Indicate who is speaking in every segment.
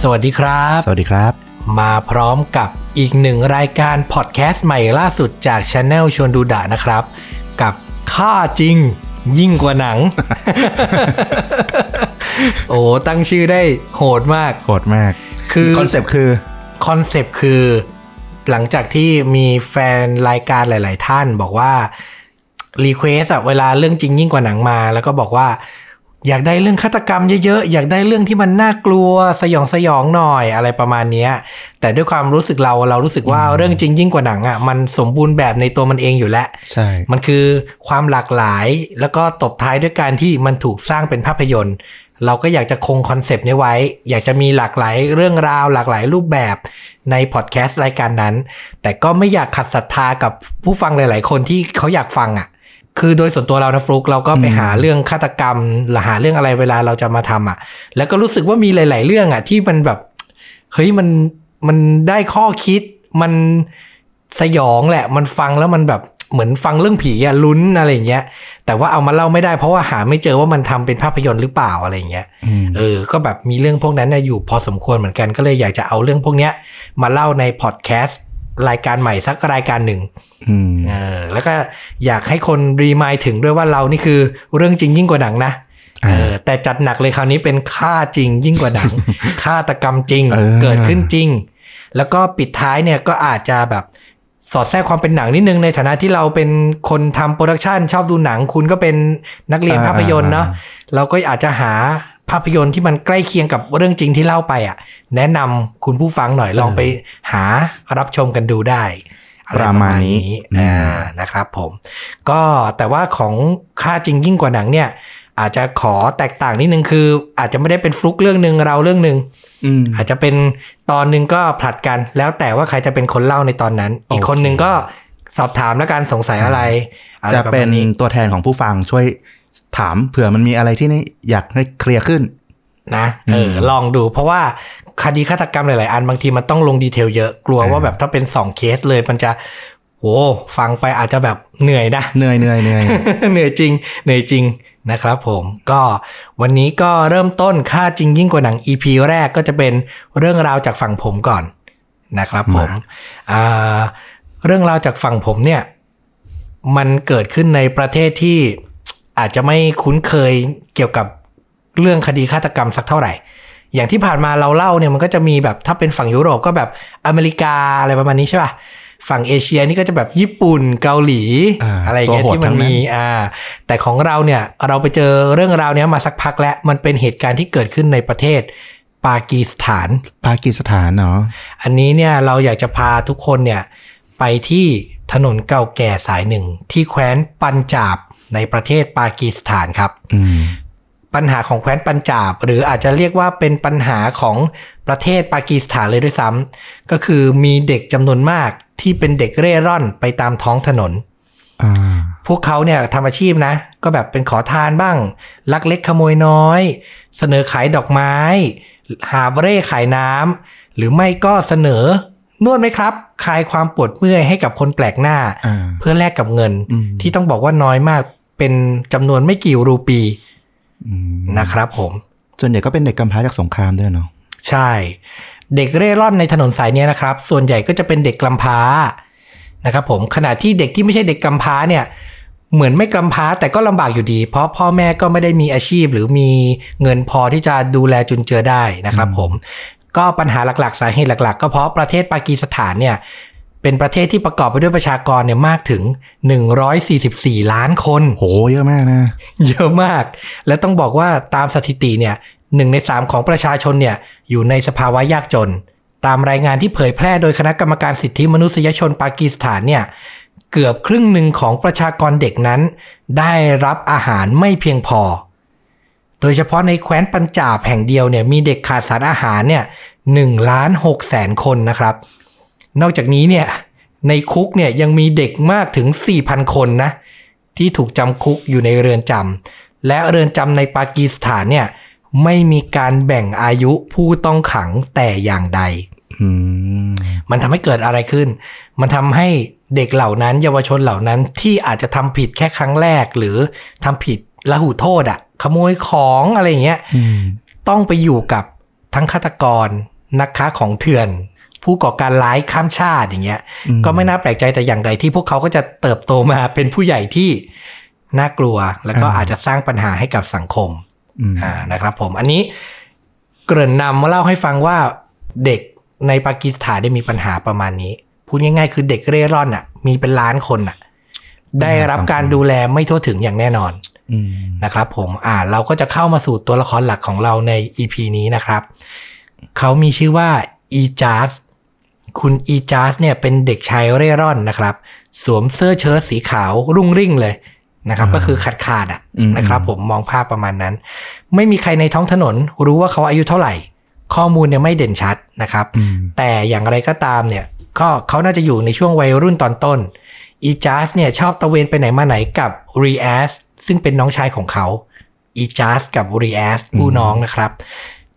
Speaker 1: สวัสดีครับ
Speaker 2: สวัสดีครับ
Speaker 1: มาพร้อมกับอีกหนึ่งรายการพอดแคสต์ใหม่ล่าสุดจากช anel ชวนดูดะนะครับ กับค่าจริงยิ่งกว่าหนั ง โอ้ตั้งชื่อได้โหดมาก
Speaker 2: โหดมาก
Speaker 1: คือ
Speaker 2: คอนเซปต์คือ
Speaker 1: คอนเซปต์คือหลังจากที่มีแฟนรายการหลาย ๆ ท่านบอกว่ารีเควสอะเวลาเรื่องจริงยิ่งกว่าหนังมา แล้วก็บอกว่า อยากได้เรื่องฆาตกรรมเยอะ ๆ อยากได้เรื่องที่มันน่ากลัวสยองสยองหน่อยอะไรประมาณเนี้ย แต่ด้วยความรู้สึกเราเรารู้สึกว่าเรื่องจริงยิ่งกว่าหนังอะมันสมบูรณ์แบบในตัวมันเองอยู่แล้ว
Speaker 2: ใช่
Speaker 1: มันคือความหลากหลายแล้วก็ตบท้ายด้วยการที่มันถูกสร้างเป็นภาพยนตร์ เราก็อยากจะคงคอนเซปต์นี้ไว้ อยากจะมีหลากหลายเรื่องราว หลากหลายรูปแบบในพอดแคสต์รายการนั้น แต่ก็ไม่อยากขัดศรัทธากับผู้ฟังหลาย ๆ คนที่เขาอยากฟังอ่ะ คือโดยส่วนตัวเรานะฟลุกเราก็ไปหาเรื่องฆาตกรรมหรือหาเรื่องอะไรเวลาเราจะมาทำอ่ะ แล้วก็รู้สึกว่ามีหลาย ๆ เรื่องอ่ะที่มันแบบ เฮ้ยมันมันได้ข้อคิดมันสยองแหละ มันฟังแล้วมันแบบเหมือนฟังเรื่องผีอะลุ้นอะไรอย่างเงี้ย แต่ว่าเอามาเล่าไม่ได้เพราะว่าหาไม่เจอว่ามันทำเป็นภาพยนตร์หรือเปล่าอะไรอย่างเงี้ย
Speaker 2: อืม
Speaker 1: เออก็แบบมีเรื่องพวกนั้นนะอยู่พอสมควรเหมือนกันก็เลยอยากจะเอาเรื่องพวกเนี้ย มาเล่าในพอดแคสต์รายการใหม่สักรายการหนึ่ง
Speaker 2: อืม
Speaker 1: เออแล้วก็อยากให้คนรีมายถึงด้วยว่าเรานี่คือเรื่องจริงยิ่งกว่าหนังนะเออแต่จัดหนักเลยคราวนี้เป็นฆ่าจริงยิ่งกว่าหนั ง ฆาตกรรมจริง
Speaker 2: เออ
Speaker 1: เกิดขึ้นจริง แล้วก็ปิดท้ายเนี่ยก็อาจจะแบบสอดแทรกความเป็นหนังนิดนึงในฐานะที่เราเป็นคนทำโปรดักชันชอบดูหนังคุณก็เป็นนักเรียน
Speaker 2: อ่า
Speaker 1: ภาพยนตร์เนาะเราก็อาจจะหาภาพยนตร์ที่มันใกล้เคียงกับเรื่องจริงที่เล่าไปอ่ะ แนะนำคุณผู้ฟังหน่อยลองไปหารับชมกันดูได้ อะไรประมาณนี้
Speaker 2: ประมาณนี้
Speaker 1: อ่านะครับผม ก็แต่ว่าของค่าจริงยิ่งกว่าหนังเนี่ย อาจจะขอแตกต่างนิดนึงคือ อาจจะไม่ได้เป็นฟลุกเรื่องหนึ่งเราเรื่องหนึ่ง
Speaker 2: อืม
Speaker 1: อาจจะเป็นตอนหนึ่งก็ผลัดกัน แล้วแต่ว่าใครจะเป็นคนเล่าในตอนนั้น อีกคนหนึ่งก็สอบถามแล้วการสงสัยอะไรอะไร
Speaker 2: จะ
Speaker 1: ระมาณ
Speaker 2: เป็นตัวแทนของผู้ฟังช่วยถามเผื่อมันมีอะไรที่อยากให้เคลียร์ขึ้น
Speaker 1: นะเอออ
Speaker 2: ม
Speaker 1: ลองดู เพราะว่าคดีฆาตกรรมหลาย ๆ อันบางทีมันต้องลงดีเทลเยอะกลัวว่า
Speaker 2: อ่า
Speaker 1: แบบถ้าเป็นสองเคสเลยมันจะโหฟังไปอาจจะแบบเหนื่อยนะ
Speaker 2: เหนื่อยเหนื่อยเหนื่อย
Speaker 1: เหนื่อยจริง เหนื่อยจริงนะครับผม ก็วันนี้ก็เริ่มต้นค่าจริงยิ่งกว่าหนัง EP แรกก็จะเป็นเรื่องราวจากฝั่งผมก่อนนะครับผมอ่าเรื่องราวจากฝั่งผมเนี่ย มันเกิดขึ้นในประเทศที่ อาจจะไม่คุ้นเคยเกี่ยวกับเรื่องคดีฆาตกรรมสักเท่าไหร่ อย่างที่ผ่านมาเราเล่าเนี่ยมันก็จะมีแบบถ้าเป็นฝั่งยุโรปก็แบบอเมริกาอะไรประมาณนี้ใช่ป่ะฝั่งเอเชียนี่ก็จะแบบญี่ปุ่นเกาหลี
Speaker 2: อ่า
Speaker 1: อะไรอย่างเงี้ย
Speaker 2: ตัวโหด
Speaker 1: ที่มั
Speaker 2: ทั้
Speaker 1: น
Speaker 2: งนั้น
Speaker 1: มีอ่า แต่ของเราเนี่ยเราไปเจอเรื่องราวเนี้ยมาสักพักแล้ว มันเป็นเหตุการณ์ที่เกิดขึ้นในประเทศปากีสถาน
Speaker 2: ปากีสถานเนาะ
Speaker 1: อันนี้เนี่ยเราอยากจะพาทุกคนเนี่ยไปที่ถนนเก่าแก่สายหนึ่ง ที่แคว้นปัญจาบในประเทศปากีสถานครับ
Speaker 2: อืม
Speaker 1: ปัญหาของแคว้นปัญจาบ หรืออาจจะเรียกว่าเป็นปัญหาของประเทศปากีสถานเลยด้วยซ้ำก็คือมีเด็กจำนวนมากที่เป็นเด็กเร่ร่อนไปตามท้องถนน
Speaker 2: อ่า
Speaker 1: พวกเขาเนี่ยทำอาชีพนะ ก็แบบเป็นขอทานบ้าง ลักเล็กขโมยน้อย เสนอขายดอกไม้ หาบเร่ขายน้ำหรือไม่ก็เสนอนวดไหมครับ คลายความปวดเมื่อยให้กับคนแปลกหน้า
Speaker 2: อ่า
Speaker 1: เพื่อแลกกับเงิน
Speaker 2: อืม
Speaker 1: ที่ต้องบอกว่าน้อยมากเป็นจำนวนไม่กี่รูปี
Speaker 2: อืม
Speaker 1: นะครับผม
Speaker 2: ส่วนใหญ่ก็เป็นเด็กกำพร้าจากสงครามด้วยเนาะ
Speaker 1: ใช่ เด็กเร่ร่อนในถนนสายเนี้ยนะครับ ส่วนใหญ่ก็จะเป็นเด็กกำพร้านะครับผมขณะที่เด็กที่ไม่ใช่เด็กกำพร้าเนี่ย เหมือนไม่กำพร้าแต่ก็ลำบากอยู่ดี เพราะพ่อแม่ก็ไม่ได้มีอาชีพ หรือมีเงินพอที่จะดูแลจุนเจือได้นะครับผม ก็ปัญหาหลักๆ สาเหตุหลัก ๆ ก็เพราะประเทศปากีสถานเนี่ย เป็นประเทศที่ประกอบไปด้วยประชากรเนี่ยมากถึง 144 ล้านคน
Speaker 2: โหเยอะมากนะ
Speaker 1: เยอะมาก และต้องบอกว่าตามสถิติเนี่ยหนึ่งในสามของประชาชนเนี่ยอยู่ในสภาวะยากจน ตามรายงานที่เผยแพร่โดยคณะกรรมการสิทธิมนุษยชนปากีสถานเนี่ยเกือบครึ่งหนึ่งของประชากรเด็กนั้น ได้รับอาหารไม่เพียงพอ โดยเฉพาะในแคว้นปัญจาบแห่งเดียวเนี่ยมีเด็กขาดสารอาหารเนี่ยหนึ่งล้านหกแสนคนนะครับ นอกจากนี้เนี่ยในคุกเนี่ยยังมีเด็กมากถึง 4,000 คนนะ ที่ถูกจำคุกอยู่ในเรือนจำและเรือนจำในปากีสถานเนี่ยไม่มีการแบ่งอายุผู้ต้องขังแต่อย่างใด
Speaker 2: อืม
Speaker 1: มันทำให้เกิดอะไรขึ้น มันทำให้เด็กเหล่านั้น เยาวชนเหล่านั้นที่อาจจะทำผิดแค่ครั้งแรก หรือทำผิดละหูโทษอะขโมยของอะไรอย่างเงี้ย
Speaker 2: อืม
Speaker 1: ต้องไปอยู่กับ ทั้งฆาตกร นักค้าของเถื่อน ผู้ก่อการร้ายข้ามชาติอย่างเงี้ย
Speaker 2: อืม
Speaker 1: ก็ไม่น่าแปลกใจแต่อย่างใดที่พวกเขาก็จะเติบโตมาเป็นผู้ใหญ่ที่น่ากลัว แล้วก็อาจจะสร้างปัญหาให้กับสังคม
Speaker 2: อืม
Speaker 1: อ่านะครับผมอันนี้เกริ่นนำมาเล่าให้ฟังว่าเด็กในปากีสถานได้มีปัญหาประมาณนี้ พูดง่ายๆ คือเด็กเร่ร่อนอ่ะ มีเป็นล้านคนอ่ะ ได้รับการดูแลไม่ทั่วถึงอย่างแน่นอน
Speaker 2: อืม
Speaker 1: นะครับผมอ่าเราก็จะเข้ามาสู่ตัวละครหลักของเราใน EP นี้นะครับ เขามีชื่อว่าอีจาสคุณอีจาสเนี่ยเป็นเด็กชายเร่ร่อนนะครับ สวมเสื้อเชิ้ตสีขาวรุ่งริ่งเลยนะครับ ก็คือขาดขาดๆอ่ะนะครับผมมองภาพประมาณนั้น ไม่มีใครในท้องถนนรู้ว่าเขาอายุเท่าไหร่ ข้อมูลเนี่ยไม่เด่นชัดนะครับ
Speaker 2: อืม
Speaker 1: แต่อย่างไรก็ตามเนี่ยก็เขาน่าจะอยู่ในช่วงวัยรุ่นตอนต้นอีจาสเนี่ยชอบตะเวนไปไหนมาไหนกับรีแอสซึ่งเป็นน้องชายของเขาอีจาสกับรีแอสผู้น้องนะครับ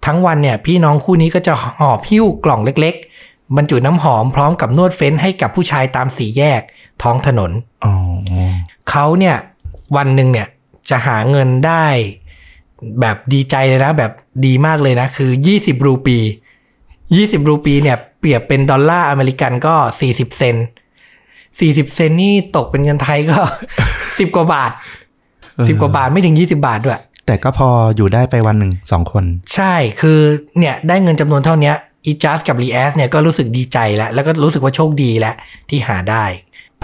Speaker 1: ทั้งวันเนี่ยพี่น้องคู่นี้ก็จะหอบหิ้วกล่องเล็กๆ บรรจุน้ำหอมพร้อมกับนวดเฟ้นให้กับผู้ชายตามสี่แยกท้องถนน
Speaker 2: อ๋อ
Speaker 1: เขาเนี่ยวันหนึ่งเนี่ยจะหาเงินได้แบบดีใจเลยนะแบบดีมากเลยนะ คือ 20 รูปี 20 รูปีเนี่ยเปรียบเป็นดอลลาร์อเมริกันก็ 40 เซนต์40 เซนต์นี่ตกเป็นเงินไทยก็ 10 กว่าบาท 10 กว่าบาทไม่ถึง 20 บาทด้วย
Speaker 2: แต่ก็พออยู่ได้ไปวันหนึ่งสองคน
Speaker 1: ใช่ คือเนี่ยได้เงินจำนวนเท่าเนี้ยอีจัสกับรีแอสเนี่ยก็รู้สึกดีใจแล้ว แล้วก็รู้สึกว่าโชคดีแล้วที่หาได้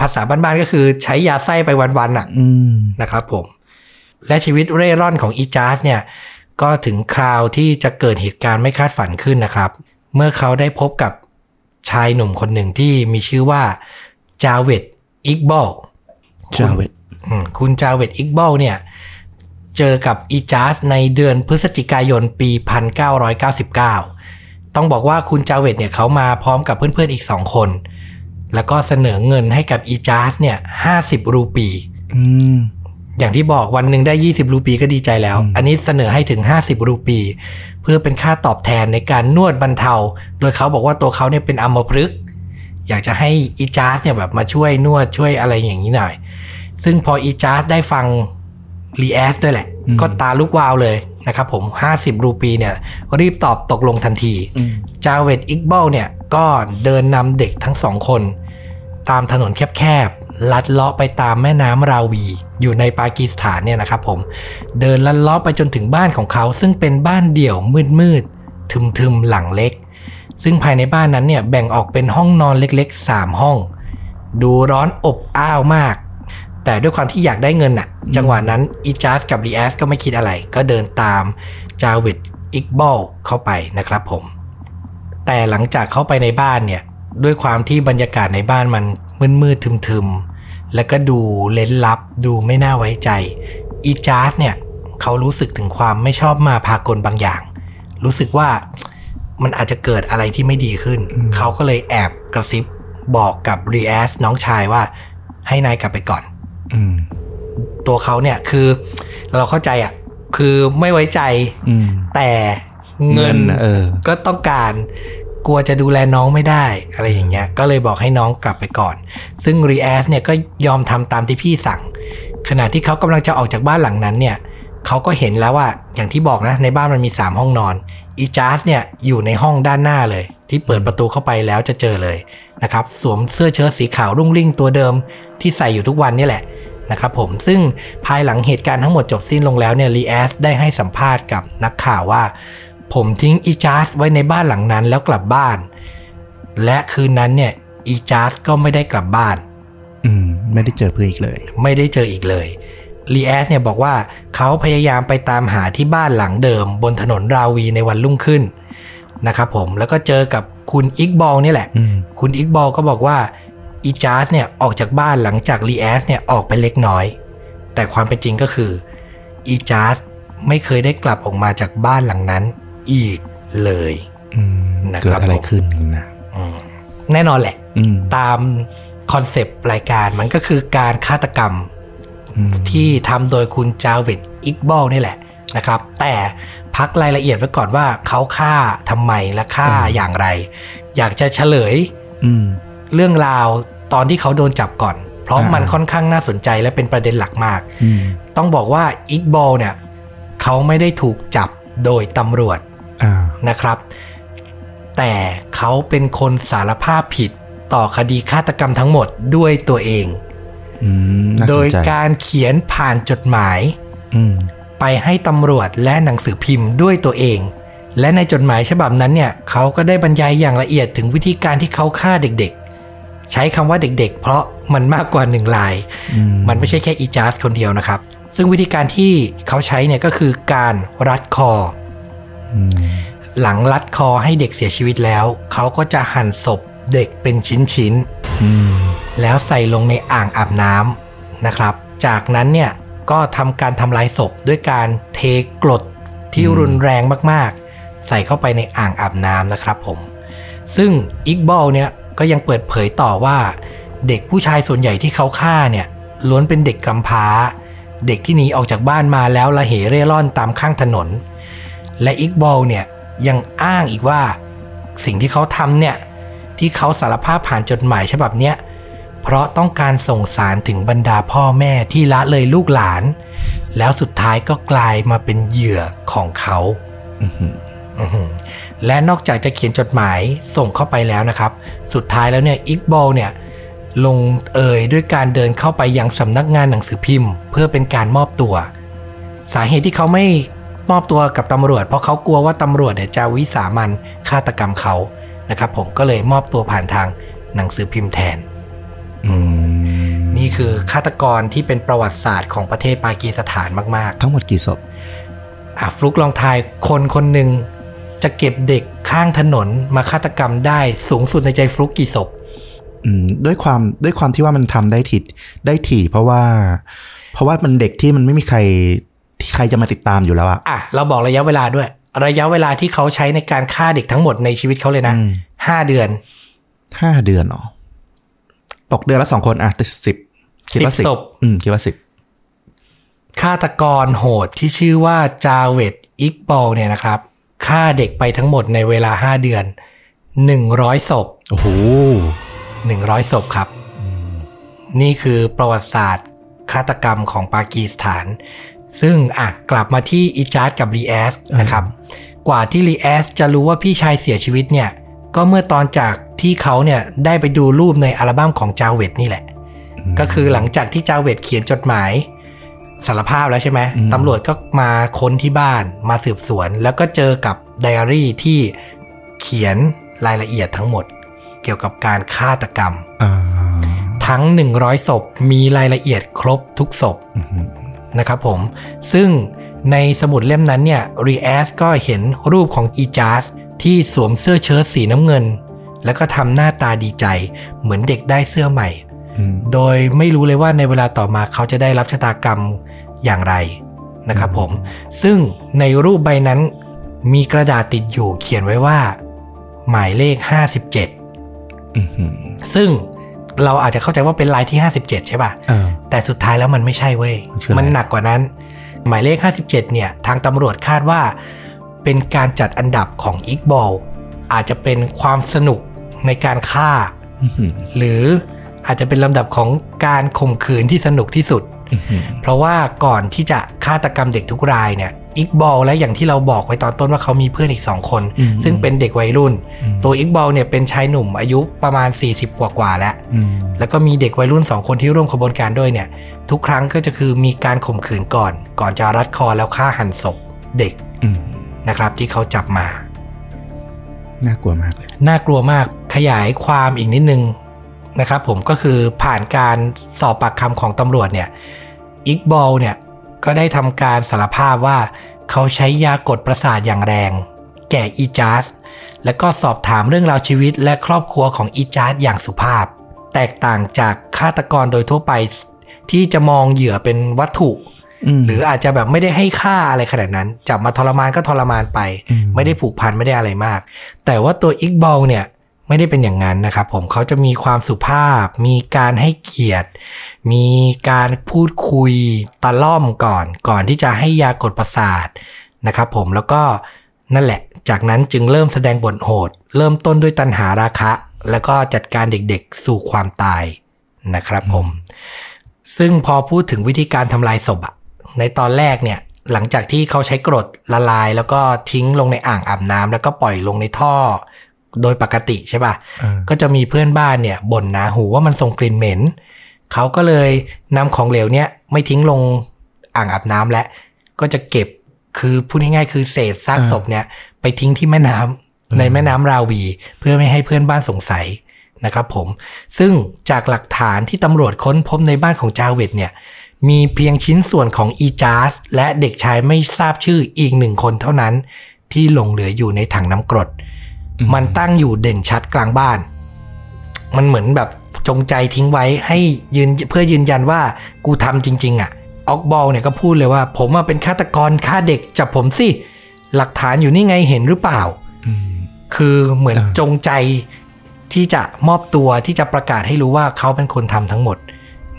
Speaker 1: ภาษาบ้านๆก็คือใช้ยาไส้ไปวันๆอ่ะ
Speaker 2: อืม
Speaker 1: นะครับผม และชีวิตเร่ร่อนของอีจาสเนี่ย ก็ถึงคราวที่จะเกิดเหตุการณ์ไม่คาดฝันขึ้นนะครับ เมื่อเขาได้พบกับชายหนุ่มคนหนึ่งที่มีชื่อว่าจาเวตอิกบอล
Speaker 2: จาเวต
Speaker 1: อืมคุณจาเวตอิกบอลเนี่ย เจอกับอีจาสในเดือนพฤศจิกายนปี 1999 ต้องบอกว่าคุณจาเวตเนี่ยเขามาพร้อมกับเพื่อนๆอีก 2 คน แล้วก็เสนอเงินให้กับอีจาสเนี่ย50 รูปี
Speaker 2: อืม
Speaker 1: อย่างที่บอกวันหนึ่งได้ 20 รูปีก็ดีใจแล้ว
Speaker 2: อืม
Speaker 1: อันนี้เสนอให้ถึง 50 รูปี เพื่อเป็นค่าตอบแทนในการนวดบรรเทา โดยเขาบอกว่าตัวเขาเนี่ยเป็นอัมพฤกษ์อยากจะให้อีจาสเนี่ยแบบมาช่วยนวดช่วยอะไรอย่างนี้หน่อย ซึ่งพออีจาสได้ฟังรีแอสด้วยแหละ
Speaker 2: อืม
Speaker 1: ก็ตาลุกวาวเลยนะครับผม 50 รูปีเนี่ยรีบตอบตกลงทันที
Speaker 2: อืม
Speaker 1: จาเวตอิกบอลเนี่ยก็เดินนำเด็กทั้งสองคน ตามถนนแคบๆ ลัดเลาะไปตามแม่น้ำราวี อยู่ในปากีสถานเนี่ยนะครับผม เดินลัดเลาะไปจนถึงบ้านของเขา ซึ่งเป็นบ้านเดี่ยวมืดๆ ทึมๆ หลังเล็ก ซึ่งภายในบ้านนั้นเนี่ยแบ่งออกเป็นห้องนอนเล็กๆ 3 ห้อง ดูร้อนอบอ้าวมาก แต่ด้วยความที่อยากได้เงินน่ะ จังหวะนั้นอีจัสกับรีแอสก็ไม่คิดอะไร ก็เดินตามจาเวตอิกบอลเข้าไปนะครับผม แต่หลังจากเข้าไปในบ้านเนี่ย ด้วยความที่บรรยากาศในบ้านมันมืดมืดๆทึมๆ แล้วก็ดูเล้นลับดูไม่น่าไว้ใจ อีจาสเนี่ย เขารู้สึกถึงความไม่ชอบมาพากลบางอย่าง รู้สึกว่ามันอาจจะเกิดอะไรที่ไม่ดีขึ้น เขาก็เลยแอบกระซิบบอกกับรีแอสน้องชายว่า ให้นายกลับไปก่อน
Speaker 2: อืม
Speaker 1: ตัวเขาเนี่ยคือเราเข้าใจอ่ะ คือไม่ไว้ใจ
Speaker 2: อืม
Speaker 1: แต่เงิน
Speaker 2: เออ
Speaker 1: ก็ต้องการกลัวจะดูแลน้องไม่ได้ อะไรอย่างเงี้ย ก็เลยบอกให้น้องกลับไปก่อน ซึ่งรีแอสเนี่ยก็ยอมทำตามที่พี่สั่ง ขณะที่เขากำลังจะออกจากบ้านหลังนั้นเนี่ยเขาก็เห็นแล้วว่าอย่างที่บอกนะ ในบ้านมันมี 3 ห้องนอนอีจาสเนี่ยอยู่ในห้องด้านหน้าเลย ที่เปิดประตูเข้าไปแล้วจะเจอเลยนะครับ สวมเสื้อเชิ้ตสีขาวรุ่งริ่งตัวเดิมที่ใส่อยู่ทุกวันนี่แหละนะครับผมซึ่งภายหลังเหตุการณ์ทั้งหมดจบสิ้นลงแล้วเนี่ยรีแอสได้ให้สัมภาษณ์กับนักข่าวว่า ผมทิ้งอีจาสไว้ในบ้านหลังนั้นแล้วกลับบ้าน และคืนนั้นเนี่ยอีจาสก็ไม่ได้กลับบ้าน
Speaker 2: อืม ไม่ได้เจอเพื่อนอีกเลย
Speaker 1: ไม่ได้เจออีกเลยรีแอสเนี่ยบอกว่าเขาพยายามไปตามหาที่บ้านหลังเดิม บนถนนราวีในวันรุ่งขึ้นนะครับผมแล้วก็เจอกับคุณอิกบอลนี่แหละ
Speaker 2: อืม
Speaker 1: คุณอิกบอลก็บอกว่าอีจาสเนี่ยออกจากบ้านหลังจากรีแอสเนี่ยออกไปเล็กน้อย แต่ความเป็นจริงก็คืออีจาสไม่เคยได้กลับออกมาจากบ้านหลังนั้นอีกเลย
Speaker 2: อืม
Speaker 1: นะครับ
Speaker 2: เกิดอะไรขึ้นนะ
Speaker 1: อืมแน่นอนแหละ
Speaker 2: อืม
Speaker 1: ตามคอนเซปต์รายการมันก็คือการฆาตกรรม
Speaker 2: อืม
Speaker 1: ที่ทำโดยคุณจาเวตอิกบอลนี่แหละนะครับ แต่พักรายละเอียดไว้ก่อนว่าเขาฆ่าทำไมและฆ่าอย่างไร อยากจะเฉลย
Speaker 2: อืม
Speaker 1: เรื่องราวตอนที่เขาโดนจับก่อน เพราะ
Speaker 2: อ่ามั
Speaker 1: มันค่อนข้างน่าสนใจและเป็นประเด็นหลักมาก
Speaker 2: อืม
Speaker 1: ต้องบอกว่าอิกบอลเนี่ยเขาไม่ได้ถูกจับโดยตำรวจ
Speaker 2: อ่า
Speaker 1: นะครับ แต่เขาเป็นคนสารภาพผิดต่อคดีฆาตกรรมทั้งหมดด้วยตัวเอง
Speaker 2: อืมน่า
Speaker 1: โด
Speaker 2: สน
Speaker 1: ย
Speaker 2: ใจ
Speaker 1: การเขียนผ่านจดหมาย
Speaker 2: อืม
Speaker 1: ไปให้ตำรวจและหนังสือพิมพ์ด้วยตัวเอง และในจดหมายฉบับนั้นเนี่ยเขาก็ได้บรรยายอย่างละเอียดถึงวิธีการที่เขาฆ่าเด็กๆ ใช้คำว่าเด็กๆ เพราะมันมากกว่าหนึ่งลาย
Speaker 2: อืม
Speaker 1: มันไม่ใช่แค่อีจาสคนเดียวนะครับ ซึ่งวิธีการที่เขาใช้เนี่ยก็คือการรัดคอ
Speaker 2: อืม
Speaker 1: หลังรัดคอให้เด็กเสียชีวิตแล้ว เขาก็จะหั่นศพเด็กเป็นชิ้นๆ
Speaker 2: อืม
Speaker 1: แล้วใส่ลงในอ่างอาบน้ำนะครับ จากนั้นเนี่ยก็ทำการทำลายศพด้วยการเทกรดที่รุนแรงมากๆ ใส่เข้าไปในอ่างอาบน้ำนะครับผม ซึ่งอิกบอลเนี่ยก็ยังเปิดเผยต่อว่า เด็กผู้ชายส่วนใหญ่ที่เขาฆ่าเนี่ยล้วนเป็นเด็กกำพร้า เด็กที่หนีออกจากบ้านมาแล้วละเหเร่ร่อนตามข้างถนน และอิกบอลเนี่ยยังอ้างอีกว่าสิ่งที่เขาทำเนี่ยที่เขาสารภาพผ่านจดหมายฉบับเนี้ย เพราะต้องการส่งสารถึงบรรดาพ่อแม่ที่ละเลยลูกหลาน แล้วสุดท้ายก็กลายมาเป็นเหยื่อของเขา
Speaker 2: อืม
Speaker 1: อื้อหือและนอกจากจะเขียนจดหมายส่งเข้าไปแล้วนะครับ สุดท้ายแล้วเนี่ยอิกบอลเนี่ยลงเอยด้วยการเดินเข้าไปยังสำนักงานหนังสือพิมพ์ เพื่อเป็นการมอบตัว สาเหตุที่เขาไม่มอบตัวกับตำรวจ เพราะเขากลัวว่าตำรวจเนี่ยจะวิสามันฆาตกรรมเขานะครับ ผมก็เลยมอบตัวผ่านทางหนังสือพิมพ์แทน
Speaker 2: อืม
Speaker 1: นี่คือฆาตกรที่เป็นประวัติศาสตร์ของประเทศปากีสถานมาก
Speaker 2: ทั้งหมดกี่ศพ
Speaker 1: ๆ อ่ะฟลุกลองทายคนคนหนึ่งจะเก็บเด็กข้างถนนมาฆาตกรรมได้สูงสุดในใจฟลุกกี่ศพ
Speaker 2: อืมด้วยความด้วยความที่ว่ามันทำได้ถิดได้ถี่ เพราะว่า เพราะว่ามันเด็กที่มันไม่มีใครที่ใครจะมาติดตามอยู่แล้วอะ
Speaker 1: อ่ะ เราบอกระยะเวลาด้วย ระยะเวลาที่เขาใช้ในการฆ่าเด็กทั้งหมดในชีวิตเขาเลยนะ
Speaker 2: อืม
Speaker 1: ห้าเดือน
Speaker 2: ห้าเดือนเหรอตกเดือนละสองคนอะติดสิบคิด
Speaker 1: สิบ
Speaker 2: ว่าสิบ
Speaker 1: ศพ
Speaker 2: อืมคิดว่าสิบ
Speaker 1: ฆาตกรโหดที่ชื่อว่าจาเวดอิกบอลเนี่ยนะครับฆ่าเด็กไปทั้งหมดในเวลาห้าเดือนหนึ่งร้อยศพ
Speaker 2: โอ้โห
Speaker 1: 100ศพครับ นี่คือประวัติศาสตร์ฆาตกรรมของปากีสถาน ซึ่งอ่ะกลับมาที่อิจาร์ดกับรีแอสนะครับ กว่าที่รีแอสจะรู้ว่าพี่ชายเสียชีวิตเนี่ย ก็เมื่อตอนจากที่เขาเนี่ยได้ไปดูรูปในอัลบั้มของจาเวตนี่แหละ ก็คือหลังจากที่จาเวตเขียนจดหมายสารภาพแล้วใช่ไหมตำรวจก็มาค้นที่บ้านมาสืบสวน แล้วก็เจอกับไดอารี่ที่เขียนรายละเอียดทั้งหมด เกี่ยวกับการฆาตกรรม
Speaker 2: อ่า
Speaker 1: ทั้ง 100 ศพมีรายละเอียดครบทุกศพ
Speaker 2: อืม
Speaker 1: นะครับผม ซึ่งในสมุดเล่มนั้นเนี่ยรีแอสก็เห็นรูปของอีจาสที่สวมเสื้อเชิ้ตสีน้ำเงิน แล้วก็ทำหน้าตาดีใจ เหมือนเด็กได้เสื้อใหม่
Speaker 2: อืม
Speaker 1: โดยไม่รู้เลยว่าในเวลาต่อมาเขาจะได้รับชะตากรรมอย่างไรนะครับผม ซึ่งในรูปใบนั้นมีกระดาษติดอยู่เขียนไว้ว่า หมายเลข 57
Speaker 2: อืม
Speaker 1: ซึ่งเราอาจจะเข้าใจว่าเป็นลายที่ 57 ใช่ป่ะ
Speaker 2: อ่า
Speaker 1: แต่สุดท้ายแล้วมันไม่ใช่เว้ย
Speaker 2: มันคืออะไร
Speaker 1: มันหนักกว่านั้น หมายเลข 57 เนี่ย ทางตำรวจคาดว่า เป็นการจัดอันดับของอิกบอลอาจจะเป็นความสนุกในการฆ่า
Speaker 2: อืม
Speaker 1: หรืออาจจะเป็นลำดับของการข่มขืนที่สนุกที่สุด
Speaker 2: อืม
Speaker 1: เพราะว่าก่อนที่จะฆาตกรรมเด็กทุกรายเนี่ยอิกบอลและอย่างที่เราบอกไว้ตอนต้นว่าเขามีเพื่อนอีกสองคน
Speaker 2: อืม
Speaker 1: ซึ่งเป็นเด็กวัยรุ่น
Speaker 2: อืม
Speaker 1: ตัวอิกบอลเนี่ยเป็นชายหนุ่มอายุประมาณ 40 กว่ากว่าๆแล้ว
Speaker 2: อืม
Speaker 1: แล้วก็มีเด็กวัยรุ่น 2 คนที่ร่วมขบวนการด้วยเนี่ย ทุกครั้งก็จะคือมีการข่มขืนก่อน ก่อนจะรัดคอแล้วฆ่าหันศพเด็ก
Speaker 2: อืม
Speaker 1: นะครับ ที่เขาจับมา
Speaker 2: น่ากลัวมากเลย
Speaker 1: น่ากลัวมากขยายความอีกนิดนึงนะครับผมก็คือผ่านการสอบปากคำของตำรวจเนี่ยอิกบอลเนี่ยก็ได้ทำการสารภาพว่าเขาใช้ยากดประสาทอย่างแรง แก่อีจาสแล้วก็สอบถามเรื่องราวชีวิตและครอบครัวของอีจาสอย่างสุภาพ แตกต่างจากฆาตกรโดยทั่วไป ที่จะมองเหยื่อเป็นวัตถุ หรืออาจจะแบบไม่ได้ให้ค่าอะไรขนาดนั้น จับมาทรมานก็ทรมานไป
Speaker 2: อืม
Speaker 1: ไม่ได้ผูกพันไม่ได้อะไรมาก แต่ว่าตัวอิกบอลเนี่ยไม่ได้เป็นอย่างนั้นนะครับผมเขาจะมีความสุภาพ มีการให้เกียรติ มีการพูดคุยตะล่อมก่อน ก่อนที่จะให้ยากดประสาทนะครับผมแล้วก็นั่นแหละ จากนั้นจึงเริ่มแสดงบทโหด เริ่มต้นด้วยตัณหาราคะ แล้วก็จัดการเด็กๆสู่ความตายนะครับผม ซึ่งพอพูดถึงวิธีการทำลายศพอะในตอนแรกเนี่ย หลังจากที่เขาใช้กรดละลาย แล้วก็ทิ้งลงในอ่างอาบน้ำแล้วก็ปล่อยลงในท่อ โดยปกติใช่ป่ะ
Speaker 2: อ่า
Speaker 1: ก็จะมีเพื่อนบ้านเนี่ยบ่นหนาหูว่ามันส่งกลิ่นเหม็น เขาก็เลยนำของเหลวเนี่ยไม่ทิ้งลงอ่างอาบน้ำและ ก็จะเก็บคือพูดง่ายๆคือเศษซากศพเนี่ยไปทิ้งที่แม่น้ำในแม่น้ำราวี เพื่อไม่ให้เพื่อนบ้านสงสัยนะครับผม ซึ่งจากหลักฐานที่ตำรวจค้นพบในบ้านของจาเวตเนี่ย มีเพียงชิ้นส่วนของอีจาสและเด็กชายไม่ทราบชื่ออีกหนึ่งคนเท่านั้น ที่หลงเหลืออยู่ในถังน้ำกรด มันตั้งอยู่เด่นชัดกลางบ้าน มันเหมือนแบบจงใจทิ้งไว้ให้ยืนเพื่อยืนยันว่ากูทำจริง ๆ อ่ะ ออกบอลเนี่ยก็พูดเลยว่า ผมอะเป็นฆาตกรฆ่าเด็กจับผมสิ หลักฐานอยู่นี่ไงเห็นหรือเปล่า
Speaker 2: อืม
Speaker 1: คือเหมือน
Speaker 2: อ่า
Speaker 1: จงใจที่จะมอบตัวที่จะประกาศให้รู้ว่าเขาเป็นคนทำทั้งหมด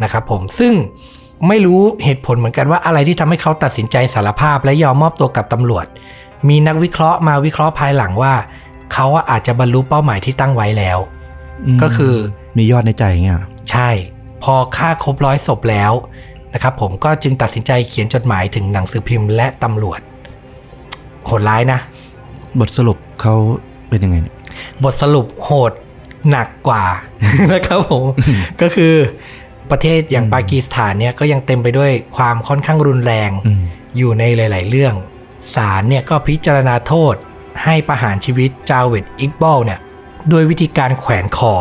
Speaker 1: นะครับผมซึ่งไม่รู้เหตุผลเหมือนกันว่าอะไรที่ทำให้เขาตัดสินใจสารภาพและยอมมอบตัวกับตำรวจ มีนักวิเคราะห์มาวิเคราะห์ภายหลังว่า เขาอะอาจจะบรรลุเป้าหมายที่ตั้งไว้แล้ว
Speaker 2: ม
Speaker 1: ก็คือ
Speaker 2: มียอดในใจเงี้ยเหรอ
Speaker 1: ใช่ พอฆ่าครบร้อยศพแล้วนะครับผมก็จึงตัดสินใจเขียนจดหมายถึงหนังสือพิมพ์และตำรวจโหดร้ายนะ
Speaker 2: บทสรุปเขาเป็นยังไงเนี่ย
Speaker 1: บทสรุปโหดหนักกว่า นะครับผม ก็คือประเทศอย่างปากีสถานเนี่ยก็ยังเต็มไปด้วยความค่อนข้างรุนแรง
Speaker 2: อืม
Speaker 1: อยู่ในหลาย ๆ เรื่องศาลเนี่ยก็พิจารณาโทษ ให้ประหารชีวิตจาเวดอิกบอลเนี่ยด้วยวิธีการแขวนคอ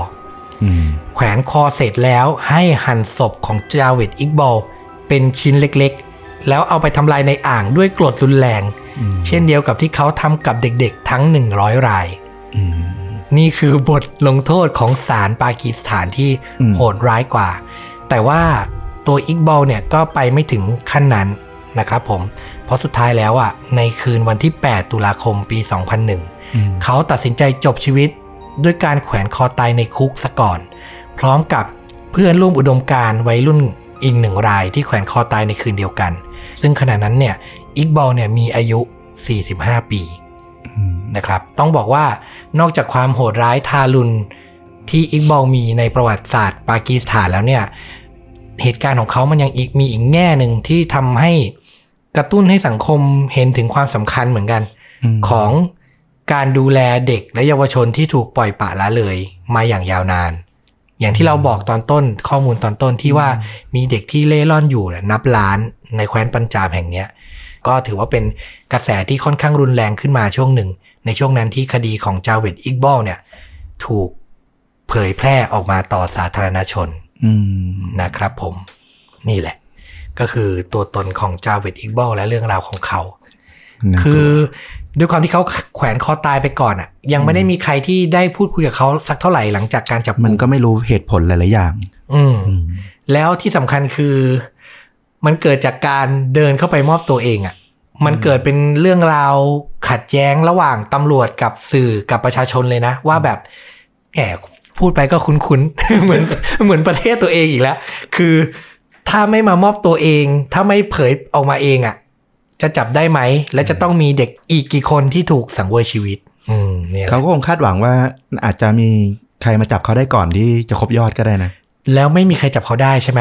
Speaker 2: อืม
Speaker 1: แขวนคอเสร็จแล้วให้หั่นศพของจาเวดอิกบอลเป็นชิ้นเล็กๆ แล้วเอาไปทำลายในอ่างด้วยกรดรุนแรง
Speaker 2: อืม
Speaker 1: เช่นเดียวกับที่เขาทำกับเด็กๆ ทั้ง 100 ราย
Speaker 2: อืม
Speaker 1: นี่คือบทลงโทษของศาลปากีสถานที่
Speaker 2: อืม
Speaker 1: โหดร้ายกว่า แต่ว่าตัวอิกบอลเนี่ยก็ไปไม่ถึงขั้นนั้นนะครับผม เพราะสุดท้ายแล้วอ่ะในคืนวันที่ 8 ตุลาคมปี 2001
Speaker 2: อืม
Speaker 1: เขาตัดสินใจจบชีวิตด้วยการแขวนคอตายในคุกซะก่อน พร้อมกับเพื่อนร่วมอุดมการณ์วัยรุ่นอีกหนึ่งรายที่แขวนคอตายในคืนเดียวกัน ซึ่งขณะนั้นเนี่ยอิกบอลเนี่ยมีอายุ 45 ปี
Speaker 2: อืม
Speaker 1: นะครับต้องบอกว่านอกจากความโหดร้ายทารุณที่อิกบอลมีในประวัติศาสตร์ปากีสถานแล้วเนี่ย เหตุการณ์ของเขามันยังอีกมีอีกแง่หนึ่งที่ทำให้กระตุ้นให้สังคมเห็นถึงความสำคัญเหมือนกัน
Speaker 2: อืม
Speaker 1: ของการดูแลเด็กและเยาวชนที่ถูกปล่อยปละละเลยมาอย่างยาวนาน อย่างที่เราบอกตอนต้นข้อมูลตอนต้นที่ว่ามีเด็กที่เล่ร่อนอยู่เนี่ยนับล้านในแคว้นปัญจาบแห่งเนี้ย ก็ถือว่าเป็นกระแสที่ค่อนข้างรุนแรงขึ้นมาช่วงหนึ่ง ในช่วงนั้นที่คดีของจาเวดอิกบอลเนี่ย ถูกเผยแพร่ออกมาต่อสาธารณชน
Speaker 2: อืม
Speaker 1: นะครับผมนี่แหละ ก็คือตัวตนของจาเวดอิกบอลและเรื่องราวของเขา
Speaker 2: น่ากลัว
Speaker 1: คือด้วยความที่เขาแขวนคอตายไปก่อนอะ่ะ ยังไม่ได้มีใครที่ได้พูดคุยกับเขาสักเท่าไหร่หลังจากการจับกุ
Speaker 2: มันก็ไม่รู้เหตุผลหลายๆอย่าง
Speaker 1: อืม แล้วที่สำคัญคือ มันเกิดจากการเดินเข้าไปมอบตัวเองอะ่ะ มันเกิดเป็นเรื่องราวขัดแย้งระหว่างตำรวจกับสื่อกับประชาชนเลยนะ ว่าแบบแหมพูดไปก็คุ้นๆ เหมือนเหมือนประเทศตัวเองอีกแล้ว คือถ้าไม่มามอบตัวเอง ถ้าไม่เผยออกมาเองอะ่ะ จะจับได้ไหม และจะต้องมีเด็กอีกกี่คนที่ถูกสังเวยชีวิต อืมเนี่ยแหละ
Speaker 2: เขาก็คงคาดหวังว่าอาจจะมีใครมาจับเขาได้ก่อนที่จะครบยอดก็ได้นะ
Speaker 1: แล้วไม่มีใครจับเขาได้ใช่ไหม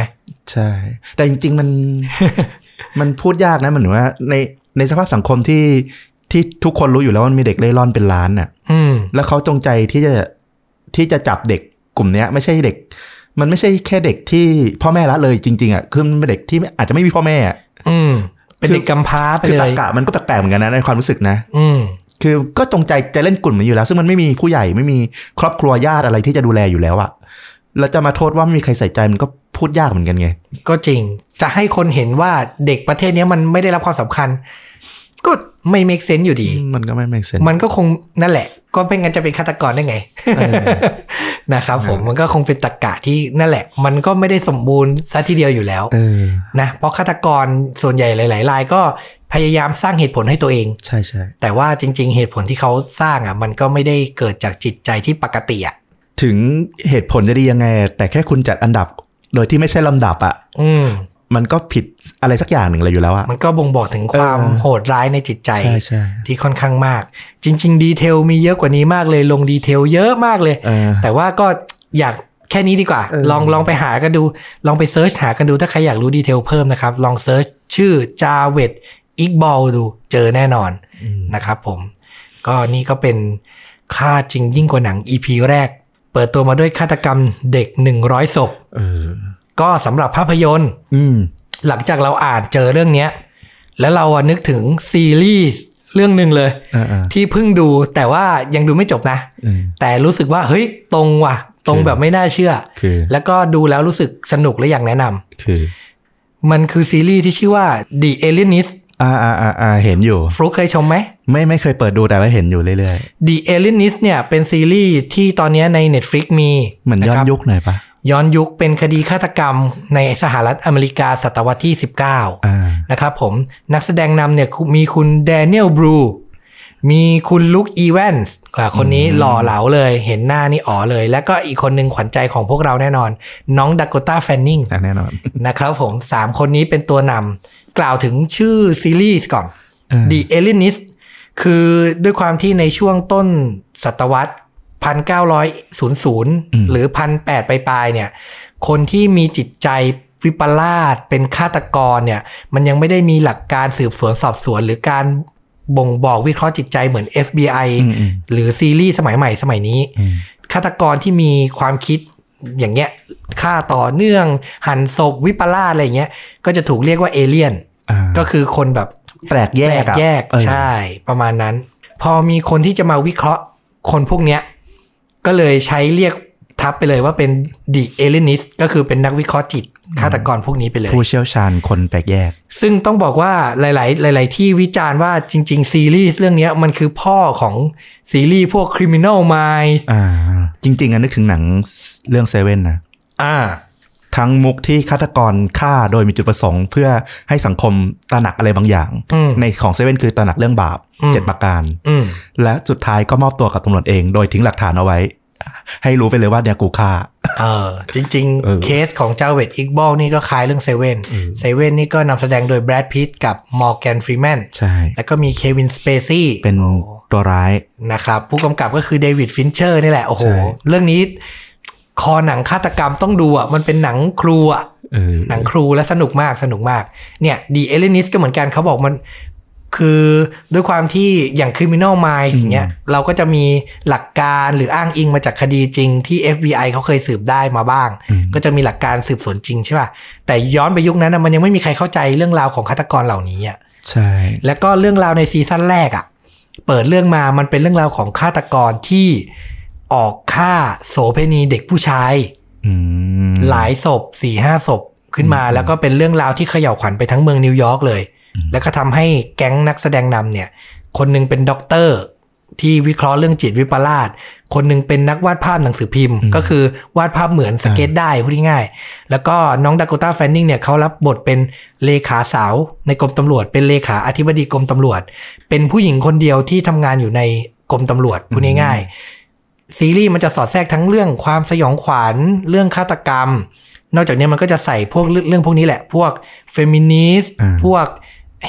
Speaker 2: ใช่ แต่จริง ๆ มัน มันพูดยากนะเหมือนว่า ในในสภาพสังคมที่ที่ทุกคนรู้อยู่แล้วว่ามันมีเด็กเล่ร่อนเป็นล้านน่ะ
Speaker 1: อืม
Speaker 2: แล้วเขาจงใจที่จะที่จะจับเด็กกลุ่มเนี้ย ไม่ใช่เด็ก มันไม่ใช่แค่เด็กที่พ่อแม่ละเลยจริง ๆอ่ะคือมันเป็นเด็กที่อาจจะไม่มีพ่อแม่อะ
Speaker 1: อืม เป็นเด็กกำพร้าไป
Speaker 2: คือ
Speaker 1: เล
Speaker 2: ตรร
Speaker 1: ย
Speaker 2: กะมันก็แปลกๆเหมือนกันนะในความรู้สึกนะ
Speaker 1: อืม
Speaker 2: คือก็จงใจจะเล่นกลุ่มนี้อยู่แล้ว ซึ่งมันไม่มีผู้ใหญ่ไม่มีครอบครัวญาติอะไรที่จะดูแลอยู่แล้วอะแล้วจะมาโทษว่าไม่มีใครใส่ใจมันก็พูดยากเหมือนกันไง
Speaker 1: ก็จริง จะให้คนเห็นว่าเด็กประเทศเนี้ยมันไม่ได้รับความสำคัญ ก็ไม่ make sense อยู่ดี
Speaker 2: มันก็ไม่แม็กเซน
Speaker 1: มันก็คงนั่นแหละ ก็เป็นงั้นจะเป็นฆาตกรได้ไง นะครับผมมันก็คงเป็นตรกกะที่นั่นแหละ มันก็ไม่ได้สมบูรณ์ซะทีเดียวอยู่แล้ว
Speaker 2: เออ
Speaker 1: นะเพราะฆาตกรส่วนใหญ่หลาย ๆ รายก็พยายามสร้างเหตุผลให้ตัวเอง
Speaker 2: ใช่ใช่
Speaker 1: แต่ว่าจริง ๆ เหตุผลที่เขาสร้างอ่ะ มันก็ไม่ได้เกิดจากจิตใจที่ปกติอ่ะ
Speaker 2: ถึงเหตุผลจะดียังไง แต่แค่คุณจัดอันดับ โดยที่ไม่ใช่ลำดับอะ
Speaker 1: อืม
Speaker 2: มันก็ผิดอะไรสักอย่างหนึ่งเลยอยู่แล้วอะ
Speaker 1: มันก็บ่งบอกถึงความ
Speaker 2: เออ
Speaker 1: โหดร้ายในจิตใจ
Speaker 2: ใช่ใช่
Speaker 1: ที่ค่อนข้างมาก จริง ๆ ดีเทลมีเยอะกว่านี้มากเลยลงดีเทลเยอะมากเลย
Speaker 2: เออ
Speaker 1: แต่ว่าก็อยากแค่นี้ดีกว่า
Speaker 2: เออ
Speaker 1: ลองลองไปหากันดู ลองไปเซิร์ชหากันดูถ้าใครอยากรู้ดีเทลเพิ่มนะครับ ลองเซิร์ชชื่อจาเวต อิกบอลดูเจอแน่นอน
Speaker 2: อืม
Speaker 1: นะครับผม ก็นี่ก็เป็นค่าจริงยิ่งกว่าหนัง EP แรก เปิดตัวมาด้วยฆาตกรรมเด็ก 100ศพ
Speaker 2: เออ
Speaker 1: ก็สำหรับภาพยนตร์
Speaker 2: อืม
Speaker 1: หลังจากเราอ่านเจอเรื่องเนี้ย แล้วเราอะนึกถึงซีรีส์เรื่องหนึ่งเลย
Speaker 2: อ่าๆ
Speaker 1: ที่เพิ่งดูแต่ว่ายังดูไม่จบนะ
Speaker 2: อืม
Speaker 1: แต่รู้สึกว่าเฮ้ยตรงว่ะ ตรง
Speaker 2: คือ
Speaker 1: แบบไม่น่าเชื่อ
Speaker 2: คือ
Speaker 1: แล้วก็ดูแล้วรู้สึกสนุกและอยากแนะนำ
Speaker 2: คือ
Speaker 1: มันคือซีรีส์ที่ชื่อว่า The Alienist
Speaker 2: อ่าอ่าอ่าอ่าเห็นอยู่
Speaker 1: ฟลุกเคยชมไหม
Speaker 2: ไม่ไม่เคยเปิดดูแต่ว่าเห็นอยู่เรื่อย
Speaker 1: The Alienist เนี่ยเป็นซีรีส์ที่ตอนเนี้ยใน Netflix มี
Speaker 2: ๆ เหมือนย้อนะ
Speaker 1: รับ
Speaker 2: ยุคหน่อยปะ
Speaker 1: ย้อนยุคเป็นคดีฆาตกรรมในสหรัฐอเมริกาศตวรรษที่ 19
Speaker 2: อ่า
Speaker 1: นะครับผมนักแสดงนำเนี่ยมีคุณแดเนียลบรูมีคุณลุคอีแวนส์อ่ะคนนี้หล่อเหลาเลย เห็นหน้านี่อ๋อเลย แล้วก็อีกคนหนึ่งขวัญใจของพวกเราแน่นอน น้องดักโกต้าแฟนนิง
Speaker 2: อ่ะแน่นอน
Speaker 1: นะครับผมสามคนนี้เป็นตัวนำกล่าวถึงชื่อซีรีส์ก่อน
Speaker 2: เออ
Speaker 1: The Alienist คือด้วยความที่ในช่วงต้นศตวรรษ
Speaker 2: อืม
Speaker 1: 1900 หรือ 1,800ปลายๆเนี่ย คนที่มีจิตใจวิปลาสเป็นฆาตกรเนี่ย มันยังไม่ได้มีหลักการสืบสวนสอบสวน หรือการบ่งบอกวิเคราะห์จิตใจเหมือน FBI
Speaker 2: อืมอืม
Speaker 1: หรือซีรีส์สมัยใหม่สมัยนี้
Speaker 2: อืม
Speaker 1: ฆาตกรที่มีความคิดอย่างเงี้ยฆ่าต่อเนื่อง หั่นศพวิปลาสอะไรอย่างเงี้ยก็จะถูกเรียกว่าเอเลี่ยน
Speaker 2: อ่า
Speaker 1: ก็คือคนแบบ
Speaker 2: แปลกแย
Speaker 1: แย
Speaker 2: ก
Speaker 1: ก
Speaker 2: อะ
Speaker 1: แยก
Speaker 2: เออ
Speaker 1: ใช่ประมาณนั้น พอมีคนที่จะมาวิเคราะห์คนพวกเนี้ย ก็เลยใช้เรียกทับไปเลยว่าเป็น the alienist ก็คือเป็นนักวิเคราะห์จิตฆาตกรพวกนี้ไปเลย
Speaker 2: ผู้เชี่ยวชาญคนแปลกแยก
Speaker 1: ซึ่งต้องบอกว่าหลาย ๆ หลาย ๆ ที่วิจารณ์ว่าจริง ๆ ซีรีส์เรื่องเนี้ยมันคือพ่อของซีรีส์พวก criminal minds
Speaker 2: อ่า จริง ๆอะนึกถึงหนังเรื่องเซเว่นนะ
Speaker 1: อ่า
Speaker 2: ทั้งมุกที่ฆาตกรฆ่าโดยมีจุดประสงค์ เพื่อให้สังคมตระหนักอะไรบางอย่าง
Speaker 1: อืม
Speaker 2: ในของเซเว่นคือตระหนักเรื่องบาป
Speaker 1: อืม
Speaker 2: เจ็ดประการ
Speaker 1: อืม
Speaker 2: และสุดท้ายก็มอบตัวกับตำรวจเอง โดยทิ้งหลักฐานเอาไว้ ให้รู้ไปเลยว่าเนี่ยกูฆ่า
Speaker 1: เออจริง
Speaker 2: เออ
Speaker 1: ๆ เคสของเจ้าเวดอิกบอลนี่ก็คล้ายเรื่องเซเว่น
Speaker 2: อืม
Speaker 1: เซเว่นนี่ก็นำแสดงโดยแบรดพิตกับมอร์แกนฟรีแมน
Speaker 2: ใช่
Speaker 1: แล้วก็มีเควินสเปซี่
Speaker 2: เป็นตัวร้าย
Speaker 1: นะครับ ผู้กำกับก็คือเดวิดฟินเชอร์นี่แหละ โอ้โห
Speaker 2: ใช่
Speaker 1: เรื่องนี้ คอหนังฆาตกรรมต้องดูอ่ะ มันเป็นหนังครูอ่ะ
Speaker 2: เออ
Speaker 1: หนังครูและสนุกมากสนุกมาก เนี่ยดีเอเลนิสก็เหมือนกันเขาบอกมัน คือด้วยความที่อย่าง Criminal Minds อย่างเงี้ยเราก็จะมีหลักการหรืออ้างอิงมาจากคดีจริงที่ FBI เขาเคยสืบได้มาบ้าง
Speaker 2: อืม
Speaker 1: ก็จะมีหลักการสืบสวนจริงใช่ป่ะแต่ย้อนไปยุคนั้นนะมันยังไม่มีใครเข้าใจเรื่องราวของฆาตกรเหล่านี้อ่ะ
Speaker 2: ใช่
Speaker 1: แล้วก็เรื่องราวในซีซั่นแรกอะ่ะ เปิดเรื่องมามันเป็นเรื่องราวของฆาตกรที่ออกฆ่าโสเพณีเด็กผู้ชาย
Speaker 2: อืม
Speaker 1: หลายศพสี่ห้าศพขึ้นมา แล้วก็เป็นเรื่องราวที่เขย่าวขวัญไปทั้งเมืองนิวยอร์กเลย แล้วก็ทำให้แก๊งนักแสดงนำเนี่ย คนหนึ่งเป็นด็อกเตอร์ ที่วิเคราะห์เรื่องจิตวิปลาสคนหนึ่งเป็นนักวาดภาพหนังสือพิมพ์ ก็คือวาดภาพเหมือนสเก็ตได้พูดง่ายๆแล้วก็น้องดากต้าแฟนนิงเนี่ยเขารับบทเป็นเลขาสาวในกรมตำรวจ เป็นเลขาอธิบดีกรมตำรวจ เป็นผู้หญิงคนเดียวที่ทำงานอยู่ในกรมตำรวจพูดง่ายๆ ซีรีส์มันจะสอดแทรกทั้งเรื่องความสยองขวัญเรื่องฆาตกรรม นอกจากนี้มันก็จะใส่พวกเรื่องเรื่องพวกนี้แหละ พวกเฟมินิสต์
Speaker 2: อ่า
Speaker 1: พวก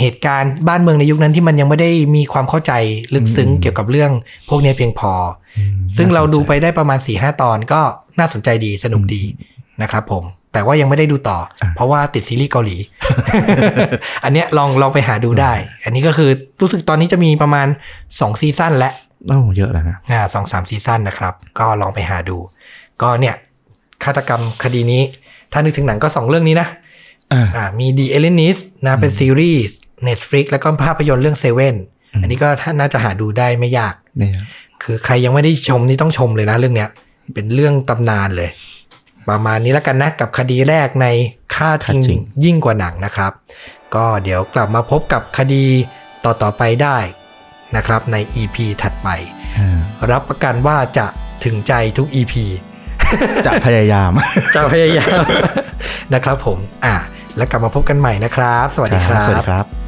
Speaker 1: เหตุการณ์บ้านเมืองในยุคนั้นที่มันยังไม่ได้มีความเข้าใจลึกซึ้งเกี่ยวกับเรื่องพวกนี้เพียงพอ
Speaker 2: อืม
Speaker 1: ซึ่งเราดู
Speaker 2: น่สนใจ
Speaker 1: ไปได้ประมาณ4ีหตอนก็น่าสนใจดีสนุกดีนะครับผม แต่ว่ายังไม่ได้ดูต่ออะ เพราะว่าติดซีรีส์เกาหลี อันเนี้ยลองลองไปหาดูได้ อันนี้ก็คือรู้สึกตอนนี้จะมีประมาณ2ซีซั่นและ
Speaker 2: โอ้เยอะแล้วนะ
Speaker 1: อ่าสองสามซีซั่นนะครับ ก็ลองไปหาดู ก็เนี่ยฆาตกรรมคดีนี้ ถ้านึกถึงหนังก็สองเรื่องนี้นะ
Speaker 2: อ่า
Speaker 1: อ่ามี The Alienist นะเป็นซีรีส์ Netflix แล้วก็ภาพยนตร์เรื่อง Seven อันนี้ก็ถ้าน่าจะหาดูได้ไม่ยาก
Speaker 2: เนี่ย
Speaker 1: คือใครยังไม่ได้ชมนี่ต้องชมเลยนะเรื่องเนี้ย เป็นเรื่องตำนานเลย ประมาณนี้แล้วกันนะกับคดีแรกในค่าจ
Speaker 2: ฆ่าจริ
Speaker 1: ริง
Speaker 2: ง
Speaker 1: ยิ่งกว่าหนังนะครับ ก็เดี๋ยวกลับมาพบกับคดีต่อๆไปได้นะครับใน EP ถัดไป
Speaker 2: อ่า
Speaker 1: รับประกันว่าจะถึงใจทุก EP
Speaker 2: จะพยายาม
Speaker 1: จะพยายาม นะครับผม อ่ะ แล้วกลับมาพบกันใหม่นะครับ สวัสดีครั
Speaker 2: สวัส
Speaker 1: บ
Speaker 2: ดีครับ